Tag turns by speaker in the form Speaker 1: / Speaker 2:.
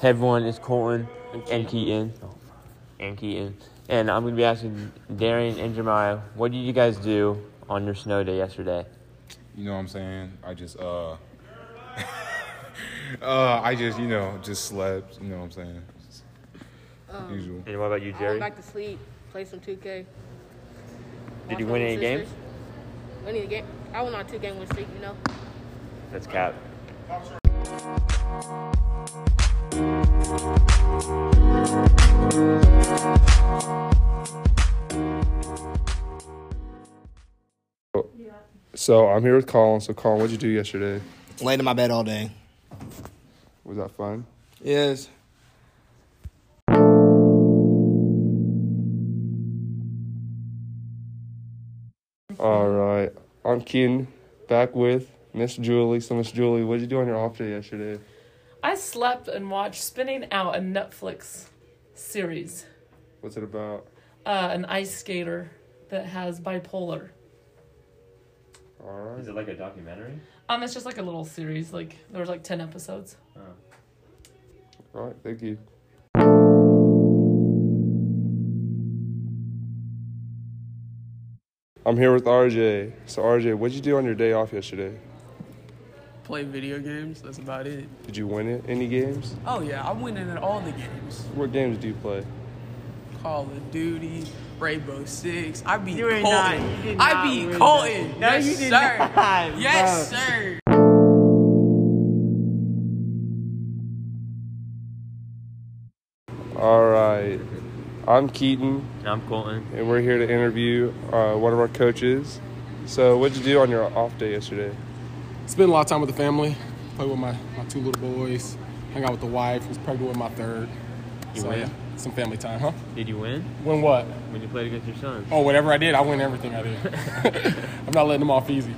Speaker 1: Hey everyone, it's Colton
Speaker 2: And
Speaker 1: and Keaton. Oh, fuck. And Keaton. And I'm going to be asking Darian and Jeremiah, what did you guys do on your snow day yesterday?
Speaker 3: You know what I'm saying? I just uh uh I just, you know, just slept, you know what I'm saying? Just usual.
Speaker 1: And what about you,
Speaker 2: I went back to sleep, play some 2K.
Speaker 1: Did
Speaker 2: watch
Speaker 1: you win
Speaker 2: my little
Speaker 1: any games?
Speaker 2: sisters. Win any game? I went on two game win streak, you know.
Speaker 1: That's Cap.
Speaker 4: So I'm here with Colin. So Colin, what'd you do yesterday?
Speaker 5: Laid in my bed all day.
Speaker 4: Was that fun?
Speaker 5: Yes.
Speaker 4: All right. I'm Keaton, back with Miss Julie. So Miss Julie, what'd you do on your off day yesterday?
Speaker 6: I slept and watched Spinning Out, a Netflix series.
Speaker 4: What's it about?
Speaker 6: Uh, an ice skater that has bipolar.
Speaker 4: All right.
Speaker 1: it like a documentary?
Speaker 6: Um, it's just like a little series. Like there was like ten episodes.
Speaker 4: All right. Thank you. I'm here with RJ. So RJ, what'd you do on your day off yesterday?
Speaker 7: play video games. That's about it.
Speaker 4: Did you win it? Any games?
Speaker 7: Oh yeah, I'm winning at all the games.
Speaker 4: What games do you play?
Speaker 7: Call of Duty, Rainbow Six. I beat
Speaker 2: You were
Speaker 7: Colton.
Speaker 2: not. You did not
Speaker 7: I
Speaker 2: win
Speaker 7: beat
Speaker 2: that.
Speaker 7: Colton.
Speaker 2: No,
Speaker 7: yes,
Speaker 2: you did
Speaker 7: sir.
Speaker 2: not,
Speaker 7: Yes, sir.
Speaker 4: All right. I'm Keaton.
Speaker 1: And I'm Colton.
Speaker 4: and we're here to interview uh, one of our coaches. So, what'd you do on your off day yesterday?
Speaker 8: Spend a lot of time with the family. Play with my, my two little boys. Hang out with the wife who's pregnant with my third.
Speaker 1: You
Speaker 8: so
Speaker 1: win?
Speaker 8: yeah, some family time, huh?
Speaker 1: Did you win
Speaker 8: When what?
Speaker 1: when you played against your son?
Speaker 8: Oh, whatever I did, I win everything I did. I'm not letting them off easy.